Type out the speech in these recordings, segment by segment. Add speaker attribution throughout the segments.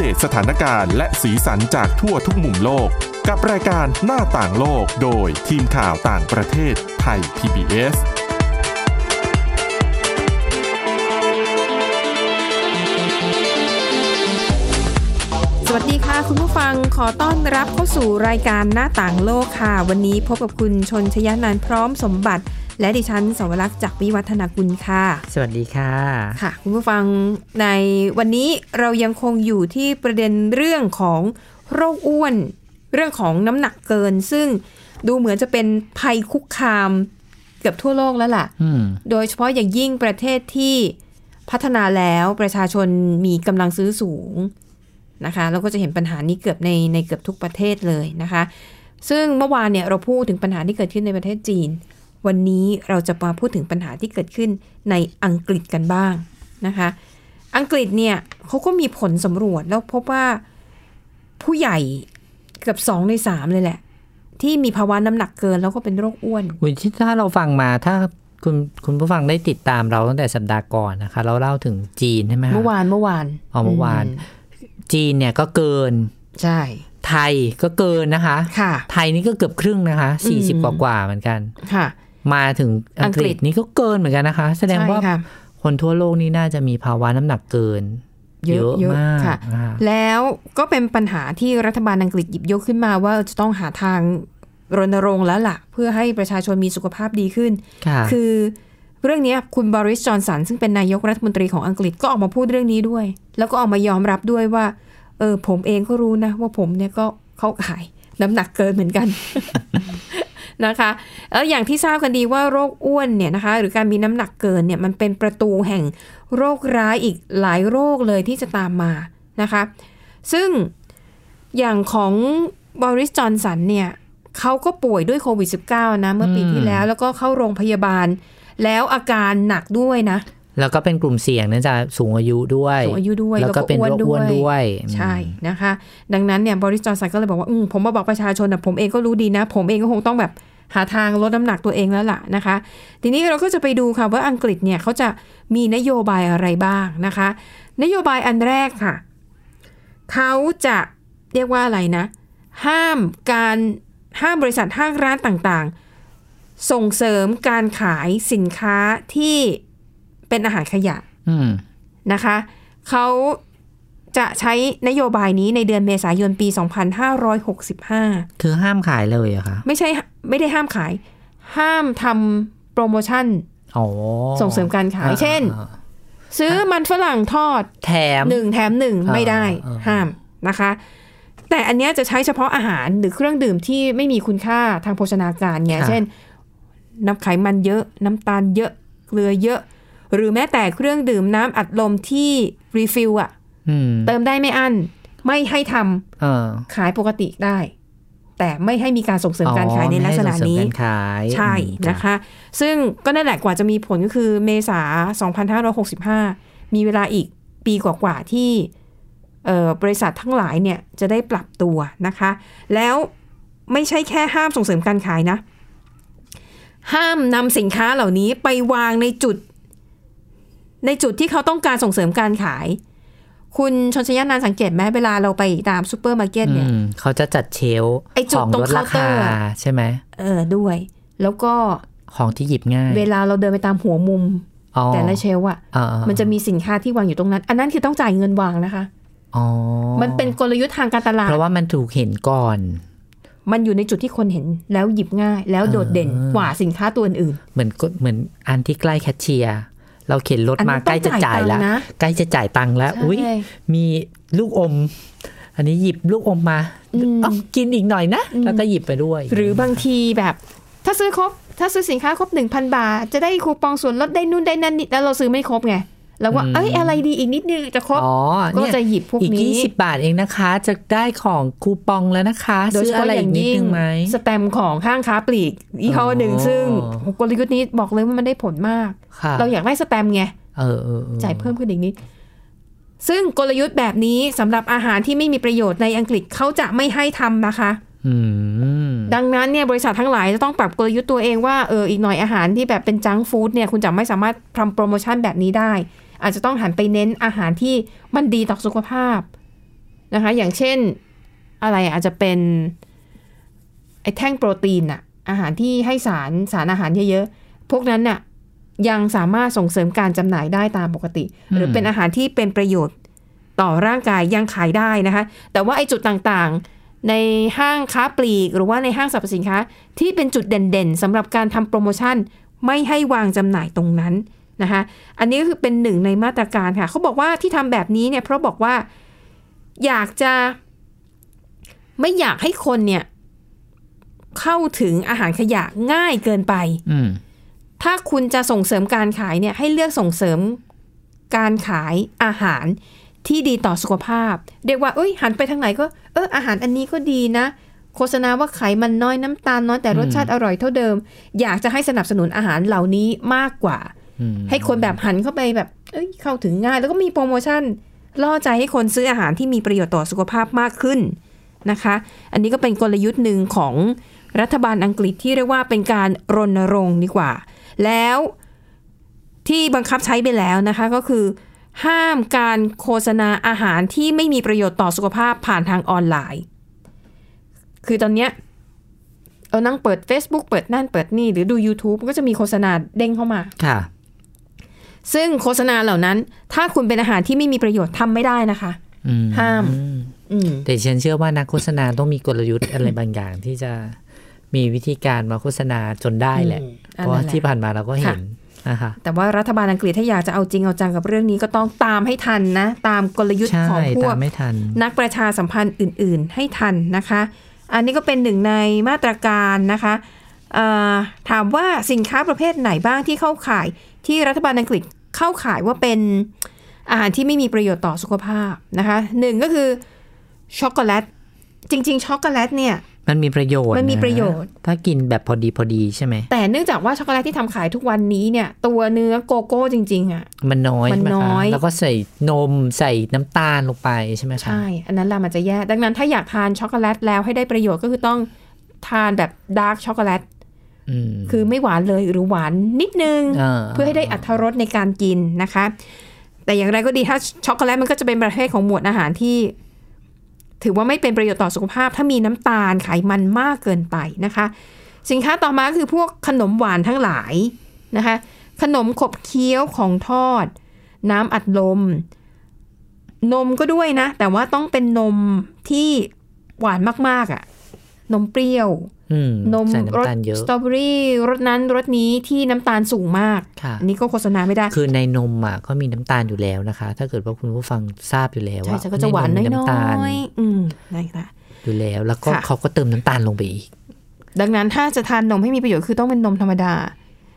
Speaker 1: ตสถานการณ์และสีสันจากทั่วทุกมุมโลก กับรายการหน้าต่างโลกโดยทีมข่าวต่างประเทศไทย PBS
Speaker 2: สวัสดีค่ะคุณผู้ฟังขอต้อนรับเข้าสู่รายการหน้าต่างโลกค่ะ วันนี้พบกับคุณชนชยานันท์พร้อมสมบัติ และดิฉันสวรักษ์จากวิวัฒนากุลค่ะ
Speaker 3: สวัสดีค่ะ
Speaker 2: ค่ะ คุณผู้ฟังในวันนี้เรายังคงอยู่ที่ประเด็นเรื่องของโรคอ้วน เรื่องของน้ำหนักเกิน ซึ่งดูเหมือนจะเป็นภัยคุกคามเกือบทั่วโลกแล้วล่ะ
Speaker 3: อืม
Speaker 2: โดยเฉพาะอย่างยิ่งประเทศที่พัฒนาแล้วประชาชนมีกำลังซื้อสูงนะคะแล้วก็จะเห็นปัญหานี้เกือบในในเกือบทุกประเทศเลยนะคะ ซึ่งเมื่อวานเนี่ยเราพูดถึงปัญหาที่เกิดขึ้นในประเทศจีน วันนี้เราจะมาพูดถึงปัญหาที่เกิดขึ้นในอังกฤษกันบ้างนะคะ อังกฤษเนี่ยเขาก็มีผลสำรวจแล้วพบว่าผู้ใหญ่เกือบสองในสามเลยแหละ ที่มีภาวะน้ำหนักเกินแล้วก็เป็นโรคอ้วน
Speaker 3: คุณชิดถ้าเราฟังมาถ้าคุณคุณผู้ฟังได้ติดตามเราตั้งแต่สัปดาห์ก่อนนะคะ เราเล่าถึงจีนใช่ไหมคะ
Speaker 2: เมื่อวานเมื่อวาน
Speaker 3: อ๋อเมื่อวาน
Speaker 2: ม
Speaker 3: จีนเนี่ยก็เกิน
Speaker 2: ใช่
Speaker 3: ไทยก็เกินนะคะ
Speaker 2: ค่ะ
Speaker 3: ไทยนี่ก็เกือบครึ่งนะคะ
Speaker 2: อืม
Speaker 3: 40 กว่ากว่าๆเหมือนกัน
Speaker 2: ค่ะ
Speaker 3: มาถึงอัง
Speaker 2: อัง
Speaker 3: กฤษ
Speaker 2: กฤษ
Speaker 3: นี่ก็เกินเหมือนกันนะคะ แสดงว่า
Speaker 2: ใช่ค่ะ
Speaker 3: คนทั่วโลกนี่น่าจะมีภาวะน้ำหนักเกิน เยอะ
Speaker 2: เยอะ
Speaker 3: มาก
Speaker 2: ค่ะ
Speaker 3: นะคะ
Speaker 2: แล้วก็เป็นปัญหาที่รัฐบาลอังกฤษหยิบยกขึ้นมาว่าจะต้องหาทางรณรงค์แล้วล่ะ เพื่อให้ประชาชนมีสุขภาพดีขึ้น
Speaker 3: ค่ะ
Speaker 2: คือเรื่องเนี้ยคุณบริสจอนสันซึ่งเป็นนายกรัฐมนตรีของอังกฤษก็ออกมาพูดเรื่องนี้ด้วย แล้วก็ออกมายอมรับด้วยว่า เออผมเองก็รู้นะ ว่าผมเนี่ยก็เข้าข่ายน้ำหนักเกินเหมือนกัน นะคะแล้วอย่างที่ทราบกันดีว่าโรคอ้วนเนี่ยนะคะ หรือการมีน้ำหนักเกินเนี่ยมันเป็นประตูแห่งโรคร้ายอีกหลายโรคเลยที่จะตามมานะคะ ซึ่งอย่างของบริสจอนสันเนี่ยเขาก็ป่วยด้วยโควิด -19 นะ เมื่อปีที่
Speaker 3: อืม
Speaker 2: แล้ว แล้วก็เข้าโรงพยาบาล แล้วอาการหนักด้วยนะ
Speaker 3: แล้วก็เป็นกลุ่มเสี่ยงเนื่องจากสูงอายุด้วย
Speaker 2: สูงอายุด้วย
Speaker 3: แล้วก็เป็นโรคอ้วนด้วย
Speaker 2: ใช่นะคะ ดังนั้นเนี่ยบริสจอนสันก็เลยบอกว่าอืมผมมาบอกประชาชนนะผมเองก็รู้ดีนะ ผมเองก็คงต้องแบบหาทางลดน้ำหนักตัวเองแล้วล่ะนะคะ ทีนี้เราก็จะไปดูค่ะว่าอังกฤษเนี่ยเขาจะมีนโยบายอะไรบ้างนะคะ นโยบายอันแรกค่ะ เขาจะเรียกว่าอะไรนะ ห้ามการห้ามบริษัทห้างร้านต่างๆ ส่งเสริมการขายสินค้าที่เป็นอาหารขยะ
Speaker 3: อืม
Speaker 2: นะคะ เขาจะใช้นโยบายนี้ในเดือนเมษายนปี 2565
Speaker 3: คือห้ามขายเลยเหรอะคะ
Speaker 2: ไม่ใช่ไม่ได้ห้ามขาย ห้ามทำโปรโมชั่น
Speaker 3: อ๋อ
Speaker 2: ส่งเสริมการขาย เช่น
Speaker 3: อ่า
Speaker 2: ซื้อมันฝรั่งทอด
Speaker 3: แถม
Speaker 2: หนึ่งแถมหนึ่ง
Speaker 3: อ่า
Speaker 2: ไม่ได้
Speaker 3: อ่า
Speaker 2: ห้ามนะคะ แต่อันเนี้ยจะใช้เฉพาะอาหารหรือเครื่องดื่มที่ไม่มีคุณค่าทางโภชนาการไงเช่น น้ำไขมันเยอะ น้ำตาลเยอะ เกลือเยอะ หรือแม้แต่เครื่องดื่มน้ำอัดลมที่รีฟิลอะ
Speaker 3: อืม
Speaker 2: เติมได้ไม่อั้น ไม่ให้ทำ
Speaker 3: เออ
Speaker 2: ขายปกติได้ แต่ไม่ให้มีการส่งเสริมการขายในลักษณะ
Speaker 3: อ๋อไม่ให้ส่งเสริม
Speaker 2: นี้
Speaker 3: การขาย
Speaker 2: ใช่นะคะ ซึ่งก็นั่นแหละกว่าจะมีผลก็คือเมษา 2565 มีเวลาอีกปีกว่าๆที่เอ่อบริษัททั้งหลายเนี่ยจะได้ปรับตัวนะคะ แล้วไม่ใช่แค่ห้ามส่งเสริมการขายนะ ห้ามนำสินค้าเหล่านี้ไปวางในจุด ในจุดที่เขาต้องการส่งเสริมการขาย คุณชนชยานานท์สังเกตไหมเวลาเราไปตามซูเปอร์มาร์เก็ตเนี่ย
Speaker 3: อืมเขาจะจัดเชลฟ์
Speaker 2: ไอ้จุ
Speaker 3: ข
Speaker 2: ด
Speaker 3: อง
Speaker 2: ตรง
Speaker 3: ลดรา
Speaker 2: เคาน์เตอ
Speaker 3: คา
Speaker 2: ร์อะ
Speaker 3: ใช่ไหม
Speaker 2: เออด้วย แล้วก็
Speaker 3: ของที่หยิบง่าย
Speaker 2: เวลาเราเดินไปตามหัวมุม
Speaker 3: อ๋อ
Speaker 2: แต่ละเชลฟ์อะ
Speaker 3: เออเออ
Speaker 2: มันจะมีสินค้าที่วางอยู่ตรงนั้น อันนั้นคือต้องจ่ายเงินวางนะคะ
Speaker 3: อ๋อ
Speaker 2: มันเป็นกลยุทธ์ทางการตลาด
Speaker 3: เพราะว่ามันถูกเห็นก่อน
Speaker 2: มันอยู่ในจุดที่คนเห็นแล้วหยิบง่าย แล้วโดดเด่น
Speaker 3: เออ
Speaker 2: กว่าสินค้าตัวอื่น
Speaker 3: เหมือนก็เหมือนอันที่ใกล้แคชเชียร์เราเข็นรถ
Speaker 2: อันนั้
Speaker 3: มาน ใกล้จะจ่ายแล้ว
Speaker 2: ต้องจ่ายตังค์นะ
Speaker 3: ใกล้จะจ่ายตังค์แล้ว
Speaker 2: ๆ
Speaker 3: อุ้ย มีลูกอม อันนี้หยิบลูกอมมา
Speaker 2: อืม
Speaker 3: เอากินอีกหน่อยนะ
Speaker 2: อืม
Speaker 3: แล้วก็หยิบไปด้วย
Speaker 2: หรือบางทีแบบ ถ้าซื้อครบ ถ้าซื้อสินค้าครบ 1,000 บาท จะได้คูปองส่วนลดได้นู่นได้นั่นนิดแล้วเราซื้อไม่ครบไงเราก็เอ้ยอะไรดีอีกนิดนึงจะครบ
Speaker 3: อ๋อ
Speaker 2: ก็
Speaker 3: เนี่ย
Speaker 2: จะหยิบพวก
Speaker 3: อีก
Speaker 2: นี้
Speaker 3: ยี่สิบบาทเองนะคะ จะได้ของคูปองแล้วนะคะ
Speaker 2: โดย
Speaker 3: ซื้
Speaker 2: เฉ
Speaker 3: ออะ
Speaker 2: พาะ
Speaker 3: ไร
Speaker 2: อ
Speaker 3: อี
Speaker 2: ย่าก ง
Speaker 3: นิด
Speaker 2: ยิ่ง
Speaker 3: นึงไหม
Speaker 2: สแตมป์ของห้างค้าปลีกยี่ห้อหนึ่ง
Speaker 3: อ๋อ
Speaker 2: ซึ่งกลยุทธ์นี้บอกเลยว่ามันได้ผลมาก
Speaker 3: ค่ะ
Speaker 2: เราอยากได้สแตมป์ไง
Speaker 3: เออเออออ
Speaker 2: จ่ายเพิ่มขึ้นอีกนิด ซึ่งกลยุทธ์แบบนี้สำหรับอาหารที่ไม่มีประโยชน์ในอังกฤษเขาจะไม่ให้ทำนะคะ
Speaker 3: อืม
Speaker 2: ดังนั้นเนี่ยบริษัททั้งหลายจะต้องปรับกลยุทธ์ตัวเองว่าเอออีกหน่อยอาหารที่แบบเป็นจังก์ฟู้ดเนี่ยคุณจะไม่สามารถทำโปรโมชั่นแบบนี้ได้ อาจจะต้องหันไปเน้นอาหารที่มันดีต่อสุขภาพ นะคะ อย่างเช่นอะไรอะอาจจะเป็นไอ้แท่งโปรตีนอะอาหารที่ให้สารสารอาหารเยอะๆ พวกนั้นน่ะยังสามารถส่งเสริมการจำหน่ายได้ตามปกติ
Speaker 3: อืม
Speaker 2: หรือเป็นอาหารที่เป็นประโยชน์ต่อร่างกายยังขายได้นะคะ แต่ว่าไอ้จุดต่างๆในห้างค้าปลีก หรือว่าในห้างสรรพสินค้า ที่เป็นจุดเด่นๆสำหรับการทำโปรโมชั่น ไม่ให้วางจำหน่ายตรงนั้นนะคะ อันนี้ก็คือเป็นหนึ่งในมาตรการค่ะ เขาบอกว่าที่ทำแบบนี้เนี่ยเพราะบอกว่าอยากจะ ไม่อยากให้คนเนี่ย เข้าถึงอาหารขยะง่ายเกินไป
Speaker 3: อืม
Speaker 2: ถ้าคุณจะส่งเสริมการขายเนี่ยให้เลือกส่งเสริมการขายอาหารที่ดีต่อสุขภาพ เรียกว่าเอ้ยหันไปทางไหนก็เอออาหารอันนี้ก็ดีนะ โฆษณาว่าไขมันน้อยน้ำตาลน้อยแต่รสชาติอร่อยเท่าเดิม อยากจะให้สนับสนุนอาหารเหล่านี้มากกว่า
Speaker 3: อืม
Speaker 2: ให้คนแบบหันเข้าไปแบบ เอ้ยเข้าถึงง่าย แล้วก็มีโปรโมชั่น ล่อใจให้คนซื้ออาหารที่มีประโยชน์ต่อสุขภาพมากขึ้นนะคะ อันนี้ก็เป็นกลยุทธ์หนึ่งของรัฐบาลอังกฤษที่เรียกว่าเป็นการรณรงค์ดีกว่า แล้วที่บังคับใช้ไปแล้วนะคะก็คือ ห้ามการโฆษณาอาหารที่ไม่มีประโยชน์ต่อสุขภาพผ่านทางออนไลน์ คือตอนเนี้ยเอานั่งเปิด Facebook เปิดนั่นเปิดนี่หรือดู YouTube ก็จะมีโฆษณาเด้งเข้ามา
Speaker 3: ค่ะ
Speaker 2: ซึ่งโฆษณาเหล่านั้น ถ้าคุณเป็นอาหารที่ไม่มีประโยชน์ทำไม่ได้นะคะ
Speaker 3: อืม
Speaker 2: ห้าม อืม
Speaker 3: แต่ฉันเชื่อว่านักโฆษณาต้องมีกลยุทธ์ อะไรบางอย่างที่จะมีวิธีการมาโฆษณาจนได้แหละ
Speaker 2: อันนั้นแหละ
Speaker 3: เพราะว่าที่ผ่านมาเราก็เห็นนะคะ
Speaker 2: แต่ว่ารัฐบาลอังกฤษถ้าอยากจะเอาจริงเอาจังกับเรื่องนี้ก็ต้องตามให้ทันนะ ตามกลยุทธ์
Speaker 3: ใช่
Speaker 2: ของพว
Speaker 3: ตาก มไม่ทัน
Speaker 2: นักประชาสัมพันธ์อื่น ๆ ให้ทันนะคะ อันนี้ก็เป็นหนึ่งในมาตรการนะคะเอ่อถามว่าสินค้าประเภทไหนบ้างที่เข้าข่ายที่รัฐบาลอังกฤษเข้าข่ายว่าเป็นอาหารที่ไม่มีประโยชน์ต่อสุขภาพนะคะหนึ่งก็คือช็อกโกแลต จริง ๆ ช็อกโกแลตเนี่ย
Speaker 3: มันมีประโยชน์
Speaker 2: มันมีประโยชน์
Speaker 3: ถ้ากินแบบพอดีพอดีใช่ไหม
Speaker 2: แต่เนื่องจากว่าช็อกโกแลตที่ทำขายทุกวันนี้เนี่ย ตัวเนื้อโกโก้จริง ๆ อ่ะ
Speaker 3: มันน้อย
Speaker 2: มัน
Speaker 3: ใช่ไหคะ
Speaker 2: น้อย
Speaker 3: แล้วก็ใส่นมใส่น้ำตาลลงไปใช่ไหมคะ
Speaker 2: ใช่ อันนั้นล่ะมันจะแย่ ดังนั้นถ้าอยากทานช็อกโกแลตแล้วให้ได้ประโยชน์ก็คือต้องทานแบบดาร์กช็อกโกแลต
Speaker 3: อืม
Speaker 2: คือไม่หวานเลยหรือหวานนิดนึง
Speaker 3: า
Speaker 2: เพื่อให้ได้อัตรสในการกินนะคะ แต่อย่างไรก็ดีถ้าช็อกโกแลตมันก็จะเป็นประเภทของหมวดอาหารที่ ถือว่าไม่เป็นประโยชน์ต่อสุขภาพ ถ้ามีน้ำตาลไขมันมากเกินไปนะคะ สินค้าต่อมาคือพวกขนมหวานทั้งหลายนะคะ ขนมขบเคี้ยวของทอด น้ำอัดลม นมก็ด้วยนะ แต่ว่าต้องเป็นนมที่หวานมากๆอะ่ะ นมเปรี้ยว
Speaker 3: อืม
Speaker 2: นม
Speaker 3: ใส่น้ำ
Speaker 2: รส
Speaker 3: ตาลเยอะ
Speaker 2: สตรอเบอรี่รสนั้นรสนี้ที่น้ำตาลสูงมาก
Speaker 3: ค่ะ
Speaker 2: อันนี้ก็โฆษณาไม่ได้
Speaker 3: คือในนมอ่ะก็มีน้ำตาลอยู่แล้วนะคะ ถ้าเกิดว่าคุณผู้ฟังทราบอยู่แล้ว
Speaker 2: ใช่
Speaker 3: ว่า
Speaker 2: ฉันก็จะหวานน้
Speaker 3: ใำตาล
Speaker 2: อยๆ อืมนะคะ
Speaker 3: อยู่แล้ว แล้วก็
Speaker 2: ค่ะ
Speaker 3: เขาก็เติมน้ำตาลลงไปอีก
Speaker 2: ดังนั้นถ้าจะทานนมให้มีประโยชน์คือต้องเป็นนมธรรมดา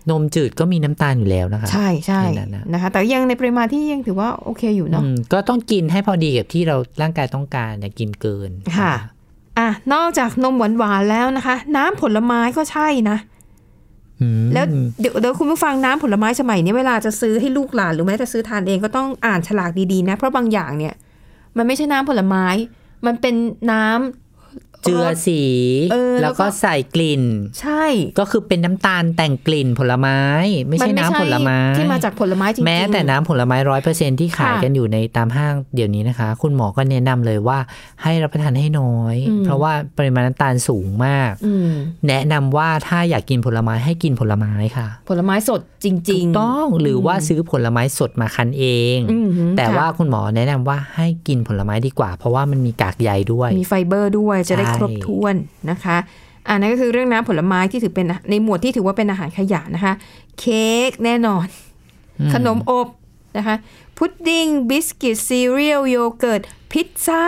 Speaker 3: นมจืดก็มีน้ำตาลอยู่แล้วนะคะ
Speaker 2: ใช่ใช่
Speaker 3: แค่นั้นนะ
Speaker 2: นะคะ แต่ยังในปริมาณที่ยังถือว่าโอเคอยู่เนาะ
Speaker 3: อืมก็ต้องกินให้พอดีกับที่เราร่างกายต้องการอย่ากินเกิน
Speaker 2: ค่ะ อ่ะ นอกจากนมหวานหวานๆแล้วนะคะ น้ำผลไม้ก็ใช่นะ
Speaker 3: อืม
Speaker 2: แล้วเดี๋ยวเดี๋ยวคุณผู้ฟังน้ำผลไม้สมัยนี้เวลาจะซื้อให้ลูกหลานหรือแม้แต่ซื้อทานเองก็ต้องอ่านฉลากดีๆนะ เพราะบางอย่างเนี่ย มันไม่ใช่น้ำผลไม้ มันเป็นน้ำ
Speaker 3: เจือสี
Speaker 2: เออแล้
Speaker 3: แล้ว ว
Speaker 2: ก็
Speaker 3: ก็ใส่กลิ่น
Speaker 2: ใช่
Speaker 3: ก็คือเป็นน้ำตาลแต่งกลิ่นผลไม้ ไม่ใช่น้ำผลไม้
Speaker 2: ที่มาจากผลไม้จริงๆ
Speaker 3: แม้แต่น้ำผลไม้ร้อยเปอร์เซ็นที่ขาย
Speaker 2: ค่ะ
Speaker 3: กันอยู่ในตามห้างเดี๋ยวนี้นะคะ คุณหมอก็แนะนำเลยว่าให้รับประทานให้น้อย
Speaker 2: อืม
Speaker 3: เพราะว่าปริมาณน้ำตาลสูงมาก
Speaker 2: อืม
Speaker 3: แนะนำว่าถ้าอยากกินผลไม้ให้กินผลไม้ค่ะ
Speaker 2: ผลไม้สดจริง
Speaker 3: ถูกต้องหรือว่าซื้อผลไม้สดมาคั้นเอง
Speaker 2: อืมค่ะ
Speaker 3: แต่ว่าคุณหมอแนะนำว่าให้กินผลไม้ดีกว่า เพราะว่ามันมีกากใยด้วย
Speaker 2: มีไฟเบอร์ด้วยจะได้
Speaker 3: ใช่
Speaker 2: ครบถ้วนนะคะอันนั้นก็คือเรื่องน้ำผลไม้ที่ถือเป็นในหมวดที่ถือว่าเป็นอาหารขยะนะคะ เค้กแน่นอน
Speaker 3: อื
Speaker 2: ขนมอบนะคะพุดดิ้งบิสกิตซีเรียลโยเกิร์ตพิซซ่า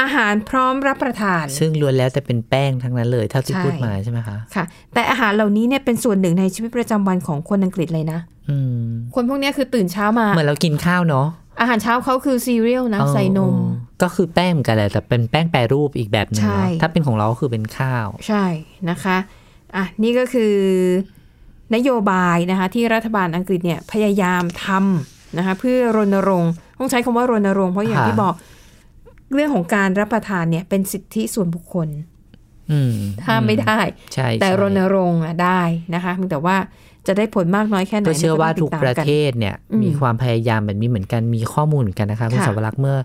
Speaker 2: อาหารพร้อมรับประทาน
Speaker 3: ซึ่งล้วนแล้วแต่เป็นแป้งทั้งนั้นเลยเท่าที่
Speaker 2: ใช่
Speaker 3: พูดมาใช่ไหมคะ
Speaker 2: ค่ะ แต่อาหารเหล่านี้เนี่ยเป็นส่วนหนึ่งในชีวิตประจำวันของคนอังกฤษเลยนะ
Speaker 3: อืม
Speaker 2: คนพวกเนี้ยคือตื่นเช้ามา
Speaker 3: เหมือนเรากินข้าวเนาะ
Speaker 2: อาหารเช้าเขาคือซีเรียลนะใส่นม
Speaker 3: เออก็คือแป้งเหมือนกันแหละแต่เป็นแป้งแปรรูปอีกแบบหนึง
Speaker 2: ใช่
Speaker 3: เนาะถ้าเป็นของเราก็คือเป็นข้าว
Speaker 2: ใช่นะคะอ่ะนี่ก็คือนโยบายนะคะที่รัฐบาลอังกฤษเนี่ยพยายามทำนะคะเพื่อรณรงค์ต้องใช้คำว่ารณรงค์เพราะอย่าง
Speaker 3: ค่ะ
Speaker 2: ที่บอกเรื่องของการรับประทานเนี่ยเป็นสิทธิส่วนบุคคล
Speaker 3: อืม
Speaker 2: ห้ามไม่ได้
Speaker 3: ใช่
Speaker 2: แต่
Speaker 3: ใช่
Speaker 2: รณรงค์อ่ะได้นะคะเพียงแต่ว่า จะได้ผลมากน้อยแค่ไหน
Speaker 3: ก็เชื่อว่า
Speaker 2: นี่
Speaker 3: ทุก
Speaker 2: ต้ง
Speaker 3: ป
Speaker 2: ติด
Speaker 3: ระ
Speaker 2: ตามน
Speaker 3: เทศเนี่ย
Speaker 2: อืม
Speaker 3: มีความพยายามแบบนี้เหมือนกันมีข้อมูลเหมือนกันนะคะคุณ
Speaker 2: ค่ะ
Speaker 3: สาวรักษ์เมื่อ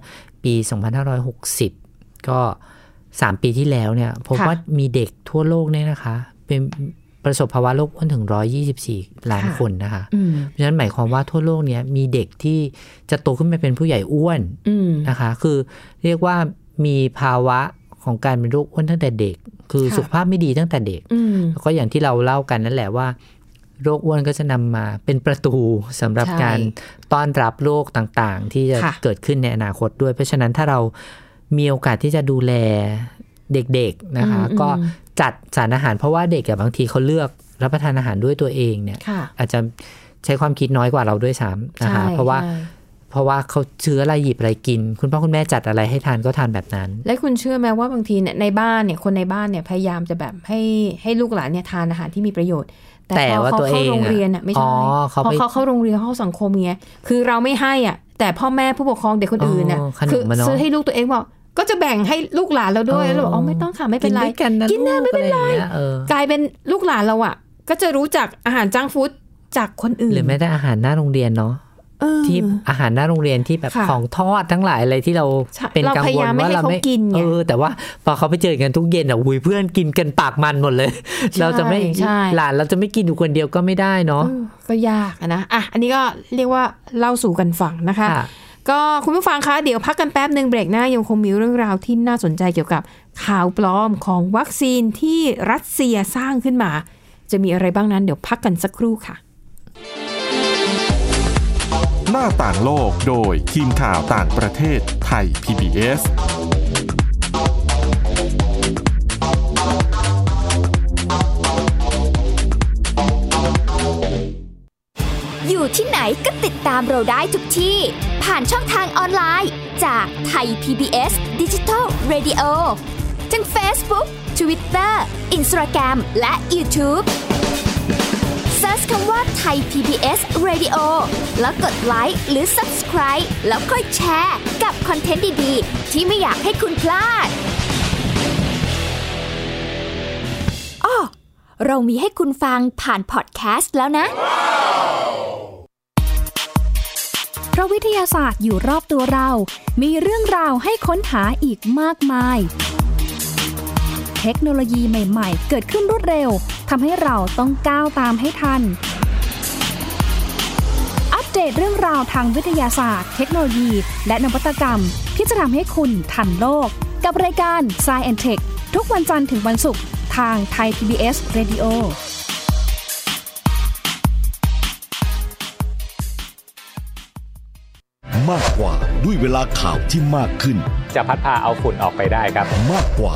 Speaker 3: ปี 2560 ก็ 3 ปีที่แล้วเนี่ยพบ
Speaker 2: ค่ะ
Speaker 3: ว่ามีเด็กทั่วโลกเนี่ยนะคะ เป็นประสบภาวะโรคอ้วนถึง 124 ล้าน
Speaker 2: ค่ะ
Speaker 3: คนนะคะ
Speaker 2: อืม
Speaker 3: เพราะฉะนั้นหมายความว่าทั่วโลกเนี้ยมีเด็กที่จะโตขึ้นไปเป็นผู้ใหญ่อ้วน
Speaker 2: อืม
Speaker 3: นะคะ คือเรียกว่ามีภาวะของการเป็นโรคอ้วนตั้งแต่เด็ก คือ
Speaker 2: ค่ะ
Speaker 3: สุขภาพไม่ดีตั้งแต่เด็ก
Speaker 2: อืม
Speaker 3: แล้วก็อย่างที่เราเล่ากันนั่นแหละว่า โรคอ้วนก็จะนำมาเป็นประตูสำหรับ
Speaker 2: ใช่
Speaker 3: การต้อนรับโรคต่างๆ ที่จะ
Speaker 2: ค่ะ
Speaker 3: เกิดขึ้นในอนาคตด้วย เพราะฉะนั้นถ้าเรามีโอกาสที่จะดูแลเด็กๆนะคะ ก็จัดสารอาหารเพราะว่าเด็กอะบางทีเขาเลือกรับประทานอาหารด้วยตัวเองเนี่ย
Speaker 2: ค่ะ
Speaker 3: อาจจะใช้ความคิดน้อยกว่าเราด้วยซ้ำนะคะ
Speaker 2: ใช่
Speaker 3: เพราะว่า
Speaker 2: ใช่
Speaker 3: เพราะว่าเขาเชื้ออะไรหยิบอะไรกิน คุณพ่อคุณแม่จัดอะไรให้ทานก็ทานแบบนั้น
Speaker 2: และคุณเชื่อไหมว่าบางทีเนี่ยในบ้านเนี่ยคนในบ้านเนี่ยพยายามจะแบบให้ให้ลูกหลานเนี่ยทานอาหารที่มีประโยชน์ แต่
Speaker 3: แต่
Speaker 2: พอ
Speaker 3: ว่า
Speaker 2: เขา
Speaker 3: ตัวเอ
Speaker 2: เข้าง โรง
Speaker 3: อะ
Speaker 2: เรียนอ่ะไม่
Speaker 3: อ๋
Speaker 2: ใช่พ
Speaker 3: อเขา
Speaker 2: อ
Speaker 3: ไป
Speaker 2: เขาเข้าโรงเรียนเข้าสังคมเงี้ยคือเราไม่ให้อ่ะแต่พ่อแม่ผู้ปกครองเด็กคนอื่นน่ะ
Speaker 3: อ๋อขนม
Speaker 2: คื
Speaker 3: อะเนาะ
Speaker 2: ซื้อให้ลูกตัวเองบอกก็จะแบ่งให้ลูกหลานเราด้วย
Speaker 3: อ๋อ
Speaker 2: แล้วบอกอ๋อไม่ต้องค่ะไม่เป็นไร
Speaker 3: กิด้วยกันนะ
Speaker 2: กินได้
Speaker 3: ลู
Speaker 2: ไม่เป็นไร
Speaker 3: อะอย่างงี้ยเออ
Speaker 2: กลายเป็นลูกหลานเราอ่ะ ก็จะรู้จักอาหารจังฟู้ดจากคนอื่น
Speaker 3: หรือแม้แต่อาหารหน้าโรงเรียนเนาะ
Speaker 2: เออ
Speaker 3: ที่อาหารหน้าโรงเรียนที่แบบ
Speaker 2: ค่ะ
Speaker 3: ของทอดทั้งหลายอะไรที่เรา
Speaker 2: ใช่
Speaker 3: เป็น
Speaker 2: เรา
Speaker 3: กัง
Speaker 2: พยว
Speaker 3: ล
Speaker 2: ยามไม่
Speaker 3: ว่า
Speaker 2: ให้
Speaker 3: เรา
Speaker 2: เขา
Speaker 3: ไม่
Speaker 2: กินไง
Speaker 3: เออ แต่ว่าพอเขาไปเจอกันทุกเย็นอ่ะหุยเพื่อนกินกันปากมันหมดเลย
Speaker 2: ใช่
Speaker 3: เราจะไม่
Speaker 2: ใช่
Speaker 3: หลานเราจะไม่กินอยู่คนเดียวก็ไม่ได้เนาะ
Speaker 2: เออก็ยากอะนะอ่ะอันนี้ก็เรียกว่าเล่าสู่กันฟังนะคะ
Speaker 3: ค่ะ
Speaker 2: ก็คุณผู้ฟังคะเดี๋ยวพักกันแป๊บหนึ่งเบรกหน้ายังคงมีเรื่องราวที่น่าสนใจเกี่ยวกับข่าวปลอมของวัคซีนที่รัสเซียสร้างขึ้นมา จะมีอะไรบ้างนั้นเดี๋ยวพักกันสักครู่ค่ะ
Speaker 1: หน้าต่างโลกโดยทีมข่าวต่างประเทศไทย PBS
Speaker 4: อยู่ที่ไหนก็ติดตามเราได้ทุกที่ ผ่านช่องทางออนไลน์ จากไทย PBS Digital Radio ทั้ง Facebook Twitter Instagram และ YouTube Search คำว่าไทย PBS Radio แล้วกดไลค์หรือ Subscribe แล้วค่อยแชร์ กับคอนเทนต์ดี ๆ ที่ไม่อยากให้คุณพลาดอ้อเรามีให้คุณฟังผ่านพอดแคสต์แล้วนะ
Speaker 5: เพราะวิทยาศาสตร์อยู่รอบตัวเรา มีเรื่องราวให้ค้นหาอีกมากมาย เทคโนโลยีใหม่ ๆ เกิดขึ้นรวดเร็ว ทำให้เราต้องก้าวตามให้ทัน อัปเดตเรื่องราวทางวิทยาศาสตร์ เทคโนโลยี และนวัตกรรม ที่จะทำให้คุณทันโลก กับรายการ s c i e n t e c h ทุกวันจันทร์ถึงวันศุกร์ทางไทย PBS Radio
Speaker 6: มากกว่าด้วยเวลาข่าวที่มากขึ้น
Speaker 7: จะพัดพาเอาฝุ่นออกไปได้ครับ
Speaker 6: มากกว่า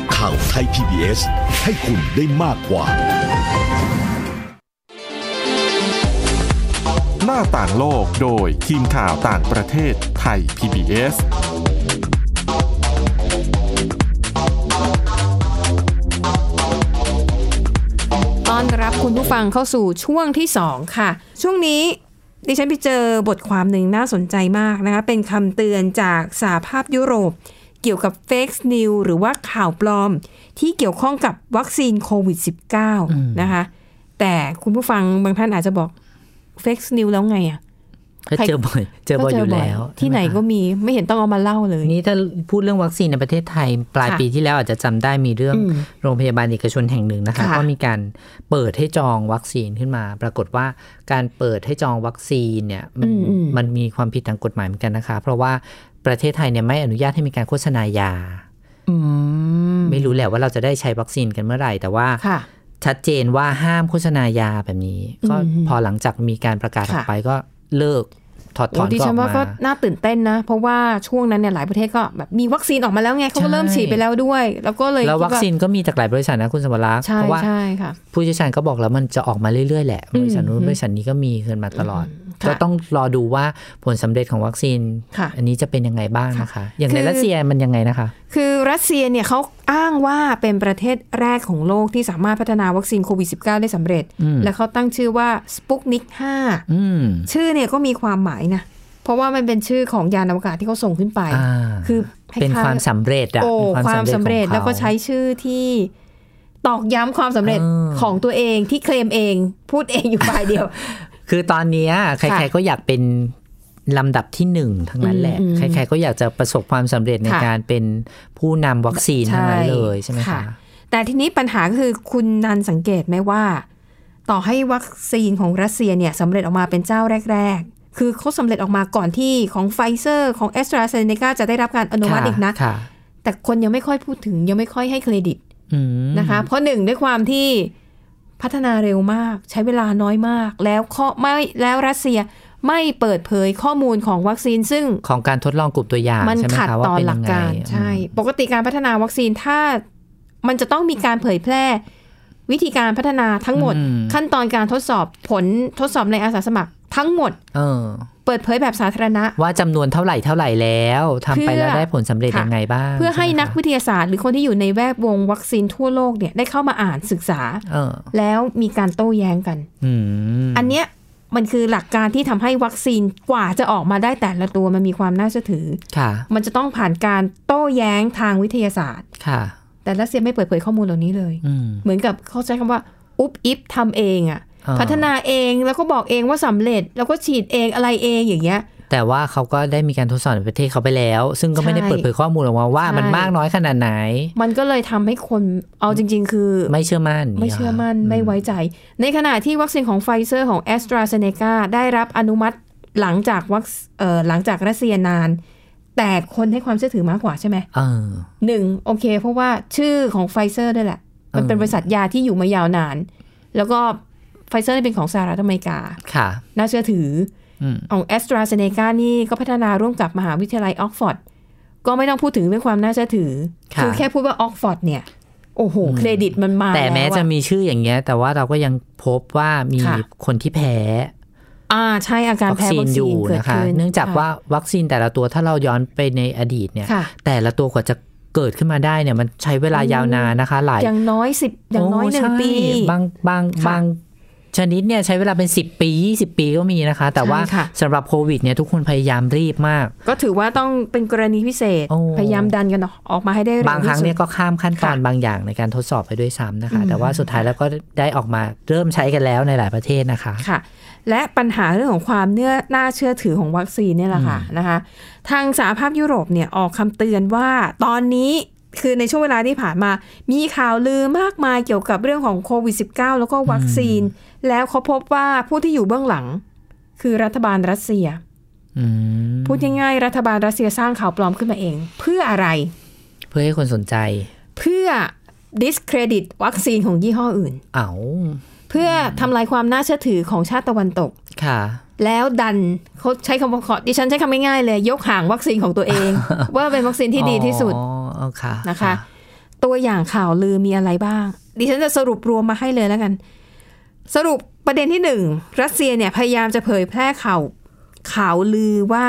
Speaker 6: ข่าวไทย PBS ให้คุณได้มากกว่า
Speaker 1: หน้าต่างโลกโดยทีมข่าวต่างประเทศไทย PBS
Speaker 2: ต้อนรับคุณผู้ฟังเข้าสู่ช่วงที่ 2 ค่ะ ช่วงนี้ดิฉันไปเจอบทความหนึ่งน่าสนใจมากนะคะ เป็นคำเตือนจากสหภาพยุโรป เกี่ยวกับเฟกซ์นิวหรือว่าข่าวปลอม ที่เกี่ยวข้องกับวัคซีนโควิด -19 นะคะ แต่คุณผู้ฟังบางท่านอาจจะบอกเฟกซ์นิวแล้วไงอ่ะ
Speaker 3: ก็เจอบ่อยเจอบ่อยอยู่แล้ว
Speaker 2: ที่ไหนก็มีไม่เห็นต้องเอามาเล่าเลย
Speaker 3: ทีนี้ถ้าพูดเรื่องวัคซีนในประเทศไทย ปลาย
Speaker 2: ค่ะ
Speaker 3: ปีที่แล้วอาจจะจำได้มีเรื่องโรงพยาบาลเอกชนแห่งหนึ่งนะคะ
Speaker 2: ค่ะ
Speaker 3: ก็มีการเปิดให้จองวัคซีนขึ้นมา ปรากฏว่าการเปิดให้จองวัคซีนเนี่ยมัน
Speaker 2: อืมอืม
Speaker 3: มันมีความผิดทางกฎหมายเหมือนกันนะคะ เพราะว่าประเทศไทยเนี่ยไม่อนุญาตให้มีการโฆษณายา
Speaker 2: อืม
Speaker 3: ไม่รู้แหละว่าเราจะได้ใช้วัคซีนกันเมื่อไหร่แต่ว่า
Speaker 2: ค่ะ
Speaker 3: ชัดเจนว่าห้ามโฆษณายาแบบนี้ ก็
Speaker 2: อืม
Speaker 3: พอหลังจากมีการประกาศออก
Speaker 2: ค่ะ
Speaker 3: ไปก็เลิกถอดถ
Speaker 2: โอ้
Speaker 3: อน
Speaker 2: ดิ
Speaker 3: ก็อ
Speaker 2: ฉั
Speaker 3: อน ก
Speaker 2: ว่าก็
Speaker 3: มา
Speaker 2: น่าตื่นเต้นนะ เพราะว่าช่วงนั้นเนี่ยหลายประเทศก็แบบมีวัคซีนออกมาแล้วไงเขาก็เริ่ม
Speaker 3: ใช่
Speaker 2: ฉีดไปแล้วด้วย แล้วก็เลย
Speaker 3: แล้ววัคซี
Speaker 2: ด
Speaker 3: นก็มีจากหลายบริษัทนะคุณสมรักษ์
Speaker 2: าใช่
Speaker 3: เพราะว่า
Speaker 2: ใช่ค่ะ
Speaker 3: ผู้เชี่ยวชาญก็บอกแล้วมันจะออกมาเรื่อยๆแหละบริษัทนู้
Speaker 2: อื
Speaker 3: น
Speaker 2: ม
Speaker 3: บริษัทนี้ก็มีขึ้นมาตลอด
Speaker 2: ค่ะ
Speaker 3: ก็ต้องรอดูว่าผลสำเร็จของวัคซีน
Speaker 2: ค่ะ
Speaker 3: อันนี้จะเป็นยังไงบ้างนะคะ อย่างใน
Speaker 2: คือ
Speaker 3: รัสเซียมันยังไงนะคะ
Speaker 2: คือรัสเซียเนี่ยเขาอ้างว่าเป็นประเทศแรกของโลกที่สามารถพัฒนาวัคซีนโควิด -19 ได้สำเร็จ
Speaker 3: อืม
Speaker 2: และเขาตั้งชื่อว่าสปุกนิก
Speaker 3: อืม
Speaker 2: 5ชื่อเนี่ยก็มีความหมายนะ เพราะว่ามันเป็นชื่อของยานอวกาศที่เขาส่งขึ้นไป
Speaker 3: อ่า
Speaker 2: คือ
Speaker 3: เป็นความสำเร็จอะ
Speaker 2: โอ้
Speaker 3: เป็น
Speaker 2: ความสำเร็จ
Speaker 3: ของขา
Speaker 2: แล้วก็ใช้ชื่อที่ตอกย้ำความสำเร็จ
Speaker 3: เออ
Speaker 2: ของตัวเองที่เคลมเองพูดเองอยู่ฝ่ายเดียว
Speaker 3: คือตอนเนี้ยใคร
Speaker 2: ค่ะ
Speaker 3: ๆก็อยากเป็นลำดับที่หนึ่งทั้งนั้นแหละ
Speaker 2: อืมอืม
Speaker 3: ใครๆก็อยากจะประสบความสำเร็จใน
Speaker 2: ค่ะ
Speaker 3: การเป็นผู้นำวัคซีนทั้งนั้นเลยใช่ไหมคะ
Speaker 2: แต่ทีนี้ปัญหาคือคุณนันสังเกตไหมว่า ต่อให้วัคซีนของรัสเซียเนี่ยสำเร็จออกมาเป็นเจ้าแรก ๆ คือเขาสำเร็จออกมาก่อนที่ของไฟเซอร์ของแอสตราเซเนกาจะได้รับการอนุมัติอีกนะ
Speaker 3: ค่ะ
Speaker 2: แต่คนยังไม่ค่อยพูดถึงยังไม่ค่อยให้เครดิต
Speaker 3: อืม
Speaker 2: นะคะ เพราะหนึ่งด้วยความที่พัฒนาเร็วมาก ใช้เวลาน้อยมาก แล้วข้อไม่แล้วรัสเซียไม่เปิดเผยข้อมูลของวัคซีนซึ่ง
Speaker 3: ของการทดลองกลุ่มตัวอย่าง
Speaker 2: มัน
Speaker 3: ใช่ไหม
Speaker 2: ขัด
Speaker 3: คะว่า
Speaker 2: ต่อ
Speaker 3: เป็น
Speaker 2: หลั
Speaker 3: ยั
Speaker 2: ก
Speaker 3: งไง
Speaker 2: การใช่ ปกติการพัฒนาวัคซีนถ้ามันจะต้องมีการเผยแพร่ วิธีการพัฒนาทั้งหมด
Speaker 3: อื
Speaker 2: ขั้นตอนการทดสอบผลทดสอบในอาสาสมัคร ทั้งหมด
Speaker 3: เออ
Speaker 2: เปิดเผยแบบสาธารณะ
Speaker 3: ว่าจำนวนเท่าไหร่เท่าไหร่แล้วทำไปแล้ว
Speaker 2: เพื่อ
Speaker 3: ได้ผลสำเร็จ
Speaker 2: ค่ะ
Speaker 3: ยังไงบ้าง
Speaker 2: เพื่อให้นัก
Speaker 3: ช่ไม
Speaker 2: วิทยาศาสตร์ หรือคนที่อยู่ในแวดวงวัคซีนทั่วโลกเนี่ยได้เข้ามาอ่านศึกษา
Speaker 3: คะเออ
Speaker 2: แล้วมีการโต้แย้งกัน
Speaker 3: อืม
Speaker 2: อันเนี้ยมันคือหลักการที่ทำให้วัคซีนกว่าจะออกมาได้แต่ละตัวมันมีความน่าเชื่อถือ
Speaker 3: ค่ะ
Speaker 2: มันจะต้องผ่านการโต้แย้งทางวิทยาศาสตร์
Speaker 3: ค่ะ
Speaker 2: แต่รัสเซียไม่เปิดเผยข้อมูลเหล่านี้เลย
Speaker 3: อืม
Speaker 2: เหมือนกับเขาใช้คำว่า อุ๊บอิบทำเองอะ
Speaker 3: อ่า
Speaker 2: พัฒนาเองแล้วก็บอกเองว่าสำเร็จ แล้วก็ฉีดเองอะไรเองอย่างเงี้ย
Speaker 3: แต่ว่าเขาก็ได้มีการทดสอบในประเทศเขาไปแล้ว ซึ่งก็ไม่ได้
Speaker 2: ใช่
Speaker 3: เปิดเผยข้อมูลออกมาว่า
Speaker 2: ใช่
Speaker 3: มันมากน้อยขนาดไหน
Speaker 2: มันก็เลยทำให้คนเอาจริง ๆ คือ
Speaker 3: ไม่เชื่อมั่น
Speaker 2: ไม่เชื่อมั่น
Speaker 3: ย่าง
Speaker 2: ไม่
Speaker 3: เงี้ย
Speaker 2: ไว้ใจ ในขณะที่วัคซีนของไฟเซอร์ของแอสตราเซเนกาได้รับอนุมัติหลังจากวัคซเอ่อหลังจากรัสเซียนาน แต่คนให้ความเชื่อถือมากกว่าใช่ไหม
Speaker 3: เออ
Speaker 2: หนึ่งโอเค เพราะว่าชื่อของไฟเซอร์ด้วยแหละ มันเป็น
Speaker 3: เออ
Speaker 2: บริษัทยาที่อยู่มายาวนาน แล้วก็ไฟเซอร์เป็นของสหรัฐอเมริกา
Speaker 3: ค่ะ
Speaker 2: น่าเชื่อถืออ
Speaker 3: ม
Speaker 2: ของแอสตราเซเนกานี่ก็พัฒนาร่วมกับมหาวิทยาลัยออกฟอร์ด ก็ไม่ต้องพูดถึงเรื่องความน่าเชื่อถือ
Speaker 3: ค่ะ
Speaker 2: คือแค่พูดว่าออกฟอร์ดเนี่ย โอ้โห เครดิตมันมา
Speaker 3: แต่แม้
Speaker 2: ล้วอ
Speaker 3: จะมีชื่ออย่างเงี้ย แต่ว่าเราก็ยังพบว่ามี
Speaker 2: ค่ะ
Speaker 3: คนที่แพ้
Speaker 2: อ่าใช่อาการ
Speaker 3: วัค
Speaker 2: แพ้
Speaker 3: ซี
Speaker 2: วันค
Speaker 3: อ
Speaker 2: ซี
Speaker 3: ยู่
Speaker 2: นเกิด
Speaker 3: นะคะ
Speaker 2: ขึ้น
Speaker 3: เนื่องจาก
Speaker 2: ค่ะ
Speaker 3: ว่าวัคซีนแต่ละตัวถ้าเราย้อนไปในอดีตเนี่ย
Speaker 2: ค่ะ
Speaker 3: แต่ละตัวกว่าจะเกิดขึ้นมาได้เนี่ยมันใช้เวลายาวนานนะคะ หลาย
Speaker 2: อย่างน้อยสิบอย่างน้อยหนึ่ง
Speaker 3: โใช่
Speaker 2: ปี
Speaker 3: บางบาง
Speaker 2: ค่ะ
Speaker 3: บางชนิดเนี่ยใช้เวลาเป็น 10 ปี 20 ปีก็มีนะคะ แต่ว่า
Speaker 2: ใช่ค่ะ
Speaker 3: สำหรับโควิดเนี่ยทุกคนพยายามรีบมาก
Speaker 2: ก็ถือว่าต้องเป็นกรณีพิเศษ
Speaker 3: โอ้
Speaker 2: พยายามดันกันออกมาให้ได้เร็ว
Speaker 3: บางครั้ง
Speaker 2: ที่สุด
Speaker 3: เนี่ยก็ข้ามขั้นตอน
Speaker 2: ค่ะ
Speaker 3: บางอย่างในการทดสอบไปด้วยซ้ำนะคะ
Speaker 2: อืม
Speaker 3: แต่ว่าสุดท้ายแล้วก็ได้ออกมาเริ่มใช้กันแล้วในหลายประเทศนะคะ
Speaker 2: ค่ะและปัญหาเรื่องของความเนื้อน่าเชื่อถือของวัคซีนเนี่ยแหละค่ะนะคะทางสหภาพยุโรปเนี่ยออกคำเตือนว่าตอนนี้คือในช่วงเวลาที่ผ่านมา มีข่าวลือมากมายเกี่ยวกับเรื่องของโควิด -19 แล้วก็วัคซีน แล้วเขาพบว่าผู้ที่อยู่เบื้องหลัง คือรัฐบาลรัสเซีย
Speaker 3: อืม
Speaker 2: พูดง่ายๆ รัฐบาลรัสเซียสร้างข่าวปลอมขึ้นมาเอง เพื่ออะไร
Speaker 3: เพื่อให้คนสนใจ
Speaker 2: เพื่อ discredit วัคซีนของยี่ห้ออื่น
Speaker 3: เอา
Speaker 2: เพื่อทำลายความน่าเชื่อถือของชาติตะวันตก
Speaker 3: ค่ะ
Speaker 2: แล้วดันเขาใช้คำว่าขอดิฉันใช้คำง่ายๆเลย ยกห่างวัคซีนของตัวเอง ว่าเป็นวัคซีนที่ดีที่สุด
Speaker 3: อ๋อเอาค่ะ
Speaker 2: นะคะ ตัวอย่างข่าวลือมีอะไรบ้าง ดิฉันจะสรุปรวมมาให้เลยแล้วกัน สรุปประเด็นที่หนึ่งรัสเซียเนี่ยพยายามจะเผยแพร่ข่าวข่าวลือว่า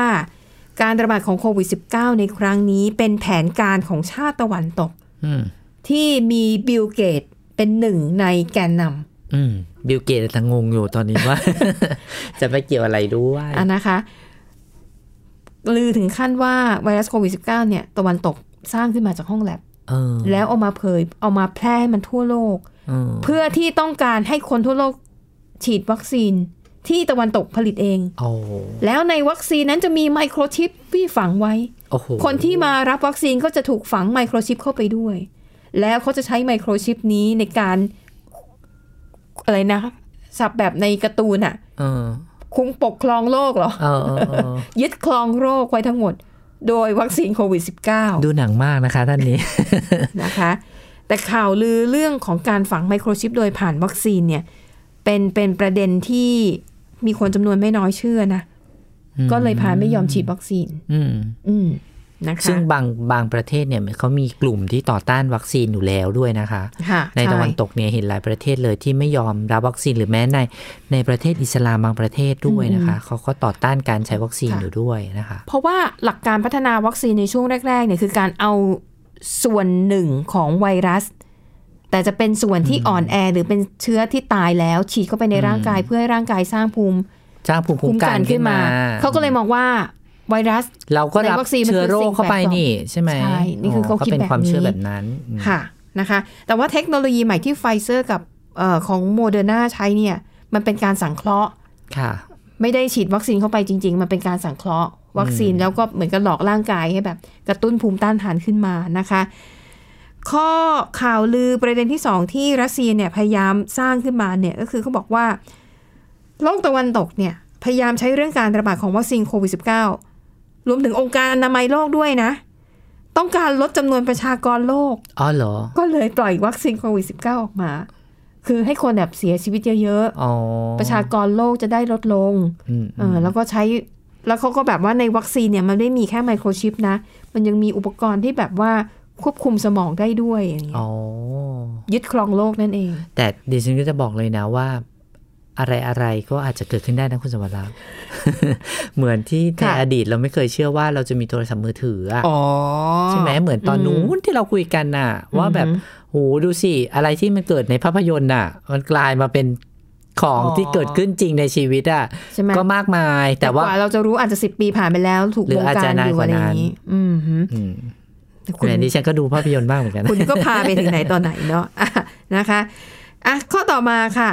Speaker 2: การระบาดของโควิด -19 ในครั้งนี้เป็นแผนการของชาติตะวันตก
Speaker 3: อืม
Speaker 2: ที่มีบิลเกตเป็นหนึ่งในแกนนำ
Speaker 3: อืม บิลเกตส์งงอยู่ตอนนี้ว่า จะไปเกี่ยวอะไรด้วย
Speaker 2: อ่ะนะคะ ลือถึงขั้นว่าไวรัสโควิด -19 เนี่ย ตะวันตกสร้างขึ้นมาจากห้องแลบ
Speaker 3: เออ
Speaker 2: แล้วเอามาเผยเอามาแพร่ให้มันทั่วโลก
Speaker 3: เออ
Speaker 2: เพื่อที่ต้องการให้คนทั่วโลกฉีดวัคซีนที่ตะวันตกผลิตเอง
Speaker 3: โอ้
Speaker 2: แล้วในวัคซีนนั้นจะมีไมโครชิปที่ฝังไว้
Speaker 3: โอ้โห
Speaker 2: คนที่มารับวัคซีนก็จะถูกฝังไมโครชิปเข้าไปด้วย แล้วเขาจะใช้ไมโครชิปนี้ในการอะไรนะสับแบบในการ์ตูนอะ
Speaker 3: เออ
Speaker 2: คุ้งปกครองโลกเหรอ
Speaker 3: เออเออเอ อ
Speaker 2: ยึดคลองโรคไว้ทั้งหมด โดยวัคซีนโควิด
Speaker 3: ดูหนังมากนะคะท่าน นี้
Speaker 2: -19 นะคะ แต่ข่าวลือเรื่องของการฝังไมโครชิปโดยผ่านวัคซีนเนี่ยเป็นเป็นประเด็นที่มีคนจำนวนไม่น้อยเชื่อนะ ก็เลยพาไม่ยอมฉีดวัคซีน
Speaker 3: อืม
Speaker 2: อืม นะคะ
Speaker 3: ซึ่งบางบางประเทศเนี่ยเขามีกลุ่มที่ต่อต้านวัคซีนอยู่แล้วด้วยนะคะ
Speaker 2: ค่ะ
Speaker 3: ในตะวัน
Speaker 2: ช่
Speaker 3: ตกเนี่ยเห็นหลายประเทศเลยที่ไม่ยอมรับวัคซีนหรือแม้ในในประเทศอิสลามบางประเทศด้วยนะคะเขาก็ต่อต้านการใช้วัคซีน
Speaker 2: ค่ะ
Speaker 3: อยู่ด้วยนะคะ
Speaker 2: เพราะว่าหลักการพัฒนาวัคซีนในช่วงแรกๆเนี่ยคือการเอาส่วนหนึ่งของไวรัส แต่จะเป็นส่วนที่อ่อนแอหรือเป็นเชื้อที่ตายแล้ว ฉีดเข้าไปในร่างกายเพื่อให้ร่างกายสร้างภูมิ
Speaker 3: จ้างภูมิคุ้มกันขึ้นมา
Speaker 2: เขาก็เลยมองว่าไวรัส
Speaker 3: เราก็รับ
Speaker 2: ในวัคซีนมันคือ
Speaker 3: เชื้อโรคเข้าไป
Speaker 2: สิ่งแปลกปลอม
Speaker 3: นี่ใช่ไหม
Speaker 2: ใช่นี่คือเขาคิด
Speaker 3: เป็นความ
Speaker 2: แบบนี้
Speaker 3: เชื่อแบบนั้นอืม
Speaker 2: ค่ะนะคะแต่ว่าเทคโนโลยีใหม่ที่ไฟเซอร์กับเออของโมเดอร์นาใช้เนี่ยมันเป็นการสังเคราะห์
Speaker 3: ค่ะ
Speaker 2: ไม่ได้ฉีดวัคซีนเข้าไปจริง ๆ มันเป็นการสังเคราะห์วัคซีนแล้วก็เหมือนกับหลอกร่างกายให้แบบกระตุ้นภูมิต้านทานขึ้นมานะคะ ข้อข่าวลือประเด็นที่สองที่รัสเซียเนี่ยพยายามสร้างขึ้นมาเนี่ยก็คือเขาบอกว่าโลกตะวันตกเนี่ยพยายามใช้เรื่องการระบาดของวัคซีนโควิด -19 รวมถึงองค์การอนามัยโลกด้วยนะ ต้องการลดจำนวนประชากรโลก
Speaker 3: อ๋อเหรอ
Speaker 2: ก็เลยปล่อยวัคซีนโควิด -19 ออกมา คือให้คนแบบเสียชีวิตเยอะ
Speaker 3: อ๋อ
Speaker 2: ๆ ประชากรโลกจะได้ลดลง
Speaker 3: อืม
Speaker 2: เออแล้วก็ใช้แล้วเขาก็แบบว่าในวัคซีนเนี่ยมันไม่ได้มีแค่ไมโครชิปนะ มันยังมีอุปกรณ์ที่แบบว่าควบคุมสมองได้ด้วยอย่างเงี้ย
Speaker 3: อ๋อ
Speaker 2: ยึดครองโลกนั่นเอง
Speaker 3: แต่ดิฉันก็จะบอกเลยนะว่า อะไรอะไรๆก็อาจจะเกิดขึ้นได้นะคุณสมบัติรักษ์ เหมือนที่ใน
Speaker 2: ค่ะ
Speaker 3: อดีตเราไม่เคยเชื่อว่าเราจะมีโทรศัพท์มือถืออะ
Speaker 2: อ๋อ
Speaker 3: ใช่ไหมเหมือนตอนนู้นที่เราคุยกันน่ะ ว่าแบบโหดูสิอะไรที่มันเกิดในภาพยนตร์น่ะ มันกลายมาเป็นของ
Speaker 2: อ๋อ
Speaker 3: ที่เกิดขึ้นจริงในชีวิตอ่ะ
Speaker 2: ใช่ไหม
Speaker 3: ก็มากมายแต่ว่า
Speaker 2: กเราจะรู้อาจจะสิบปีผ่านไปแล้ว ถูก
Speaker 3: หรือ
Speaker 2: วง
Speaker 3: อาจ
Speaker 2: กา
Speaker 3: จะ
Speaker 2: ร
Speaker 3: นาน
Speaker 2: อยู่
Speaker 3: กว่า
Speaker 2: อะไรอย่า
Speaker 3: นั้
Speaker 2: น งนี้ อืมฮึ
Speaker 3: อืม
Speaker 2: แต่คุณ
Speaker 3: แหมดิฉันก็ดูภาพยนตร์บ้างเหมือนกันนะ
Speaker 2: คุณก็พาไปถึงไหนตอนไหนเนาะ อ่ะนะคะอ่ะข้อต่อมาค่ะ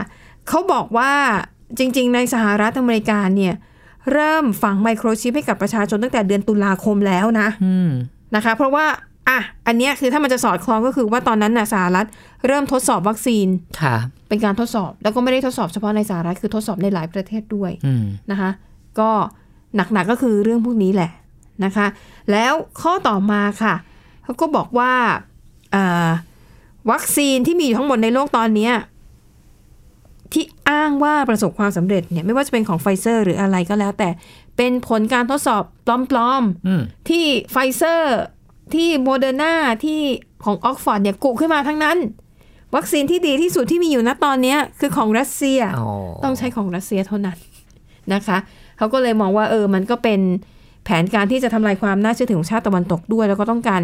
Speaker 2: เขาบอกว่าจริง ๆ ในสหรัฐอเมริกาเนี่ย เริ่มฝังไมโครชิปให้กับประชาชนตั้งแต่เดือนตุลาคมแล้วนะนะคะ เพราะว่าอ่ะอันเนี้ยคือถ้ามันจะสอดคล้องก็คือว่าตอนนั้นน่ะสหรัฐเริ่มทดสอบวัคซีน
Speaker 3: ค่ะ
Speaker 2: เป็นการทดสอบ แล้วก็ไม่ได้ทดสอบเฉพาะในสหรัฐคือทดสอบในหลายประเทศด้วย
Speaker 3: อืม
Speaker 2: นะคะก็หนักๆก็คือเรื่องพวกนี้แหละนะคะแล้วข้อต่อมาค่ะเขาก็บอกว่าเอ่อวัคซีนที่มีอยู่ทั้งหมดในโลกตอนเนี้ยที่อ้างว่าประสบความสำเร็จเนี่ยไม่ว่าจะเป็นของไฟเซอร์หรืออะไรก็แล้วแต่เป็นผลการทดสอบปลอม
Speaker 3: อืม
Speaker 2: ๆ ที่ไฟเซอร์ที่โมเดอร์นาที่ของออกฟอร์ดเนี่ยกุขึ้นมาทั้งนั้น วัคซีนที่ดีที่สุดที่มีอยู่ณตอนเนี้ยคือของรัสเซีย
Speaker 3: อ๋อ
Speaker 2: ต้องใช้ของรัสเซียเท่านั้น นะคะ เขาก็เลยมองว่าเออ มันก็เป็นแผนการที่จะทำลายความน่าเชื่อถือของชาติตะวันตกด้วย แล้วก็ต้องการ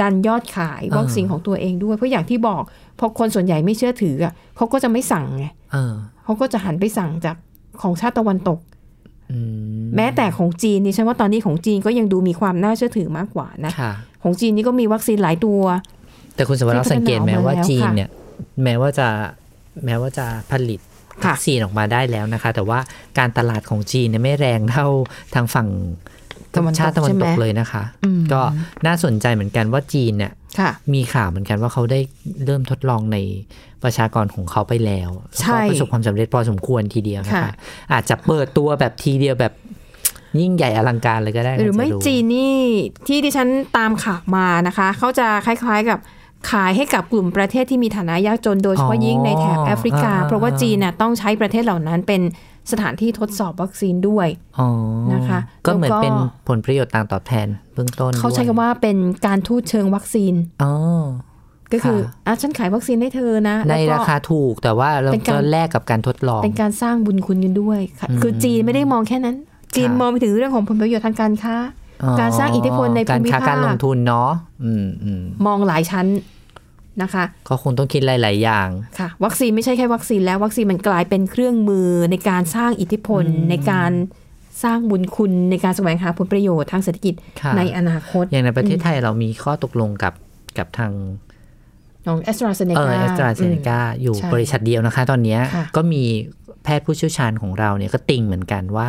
Speaker 2: ดันยอดขาย
Speaker 3: อ่า
Speaker 2: วัคซีนของตัวเองด้วย เพราะอย่างที่บอกพอคนส่วนใหญ่ไม่เชื่อถืออะเขาก็จะไม่สั่งไง
Speaker 3: เออ
Speaker 2: เขาก็จะหันไปสั่งจากของชาติตะวันตก
Speaker 3: อืม
Speaker 2: แม้แต่ของจีนนี่ฉันว่าตอนนี้ของจีนก็ยังดูมีความน่าเชื่อถือมากกว่านะ
Speaker 3: ค่ะ
Speaker 2: ของจีนนี่ก็มีวัคซีนหลายตัว
Speaker 3: แต่คุณสมบัติเราสังเกตไหม
Speaker 2: ที่พัฒนาออกมา
Speaker 3: ว่า
Speaker 2: แล้ว
Speaker 3: จีน
Speaker 2: ค่ะ
Speaker 3: เนี่ย แม้ว่าจะแม้ว่าจะผลิต
Speaker 2: ค่ะ
Speaker 3: วัคซีนออกมาได้แล้วนะคะ แต่ว่าการตลาดของจีนเนี่ยไม่แรงเท่าทางฝั่งชาติตะวัน
Speaker 2: ใช่ไห
Speaker 3: ต
Speaker 2: ม
Speaker 3: กเลยนะคะ
Speaker 2: อืม
Speaker 3: ก็น่าสนใจเหมือนกันว่าจีนเนี่ย
Speaker 2: ค่ะ
Speaker 3: มีข่าวเหมือนกันว่าเขาได้เริ่มทดลองในประชากรของเขาไปแล้ว
Speaker 2: ใช่
Speaker 3: แล้วก็ประสบความสำเร็จพอสมควรทีเดียวนะ
Speaker 2: ค่ะ
Speaker 3: คะ อาจจะเปิดตัวแบบทีเดียวแบบ ยิ่งใหญ่อลังการเลยก็ได้นะ
Speaker 2: หรือไม่
Speaker 3: จะ
Speaker 2: จีนนี่ที่ดิฉันตามข่าวมานะคะ เขาจะคล้ายๆกับขายให้กับกลุ่มประเทศที่มีฐานะยากจนโดยเฉพาะ
Speaker 3: อ๋อ
Speaker 2: ยิ่งในแถบแอฟริกา
Speaker 3: อ่า
Speaker 2: เพราะว่าจีนน่ะต้องใช้ประเทศเหล่านั้นเป็นสถานที่ทดสอบวัคซีนด้วย
Speaker 3: อ๋อ
Speaker 2: นะคะ
Speaker 3: ก็เหมือน
Speaker 2: แล้วก็
Speaker 3: เป็นผลประโยชน์ต่างตอบแทนเบื้องต้น
Speaker 2: เขาใช้
Speaker 3: ด้
Speaker 2: คำ
Speaker 3: ย
Speaker 2: ว่าเป็นการทูตเชิงวัคซีน
Speaker 3: อ๋อ
Speaker 2: ก็คือ
Speaker 3: ค่ะ
Speaker 2: อ่ะฉันขายวัคซีนให้เธอนะ
Speaker 3: ใน
Speaker 2: แล้วก็
Speaker 3: ราคาถูกแต่ว่าเรา
Speaker 2: เป็นการ
Speaker 3: ก็แลกกับการทดลอง
Speaker 2: เป็นการสร้างบุญคุณกันด้วยค่ะคือจีนไม่ได้มองแค่นั้น จีน
Speaker 3: ค่ะ
Speaker 2: มองไปถึงเรื่องของผลประโยชน์ทางการค้า
Speaker 3: อ๋อ
Speaker 2: การสร้างอิทธิพลในภู
Speaker 3: การ
Speaker 2: มิ
Speaker 3: ค้า
Speaker 2: ภาค
Speaker 3: การลงทุนเนาะอืมอืม
Speaker 2: มองหลายชั้นนะคะ
Speaker 3: ก็คงต้องคิดหลาย ๆ อย่าง
Speaker 2: ค่ะวัคซีนไม่ใช่แค่วัคซีนแล้ววัคซีนมันกลายเป็นเครื่องมือในการสร้างอิทธิพล ในการสร้างบุญคุณในการแสวงหาผลประโยชน์ทางเศรษฐกิจ
Speaker 3: ค่ะ
Speaker 2: ในอนาคต
Speaker 3: อย่างในประเทศไทยเรามีข้อตกลงกับกับทาง
Speaker 2: ของแอสตราเซเน
Speaker 3: เออก
Speaker 2: า
Speaker 3: แอสตราเซเนกาอยู่
Speaker 2: ใช่
Speaker 3: บริษัทเดียวนะคะ ตอนเนี้ย
Speaker 2: ค่ะ
Speaker 3: ก็มีแพทย์ผู้เชี่ยวชาญของเราเนี่ยก็ติงเหมือนกันว่า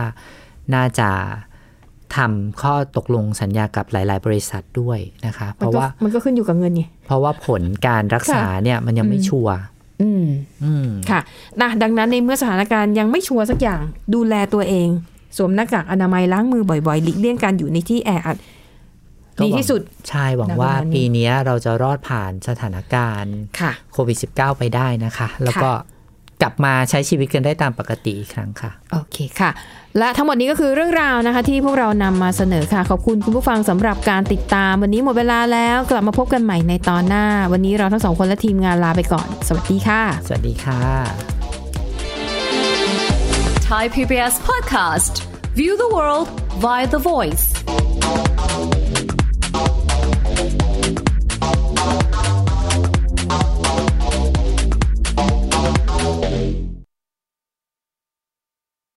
Speaker 3: น่าจะทำข้อตกลงสัญญากับหลาย ๆ บริษัทด้วยนะคะ เพราะว่า
Speaker 2: มันก็ขึ้นอยู่กับเงินไง
Speaker 3: เพราะว่าผลการรักษาเนี่ยมันยังไม่
Speaker 2: อืม
Speaker 3: ชัวร์
Speaker 2: อืม
Speaker 3: อืม
Speaker 2: ค่ะนะดังนั้นในเมื่อสถานการณ์ยังไม่ชัวร์สักอย่างดูแลตัวเอง สวมหน้ากากอนามัยล้างมือบ่อยๆหลีกเลี่ยงการอยู่ในที่แออัด
Speaker 3: ก็หวัง
Speaker 2: ดีที่สุด
Speaker 3: ใช่หวัง
Speaker 2: ณเวลา
Speaker 3: ว่า
Speaker 2: นี้
Speaker 3: ปีเนี้ยเราจะรอดผ่านสถานการณ์
Speaker 2: ค่ะ
Speaker 3: โควิด -19 ไปได้นะคะ แล้วก็ กลับมาใช้ชีวิตกันได้ตามปกติอีกครั้งค่ะ
Speaker 2: โอเคค่ะ และทั้งหมดนี้ก็คือเรื่องราวนะคะ ที่พวกเรานำมาเสนอค่ะ ขอบคุณคุณผู้ฟังสำหรับการติดตาม วันนี้หมดเวลาแล้วกลับมาพบกันใหม่ในตอนหน้า วันนี้เราทั้งสองคนและทีมงานลาไปก่อน สวัสดีค่ะ
Speaker 3: สวัสดีค่ะ
Speaker 8: Thai PBS podcast. View the world via the voice.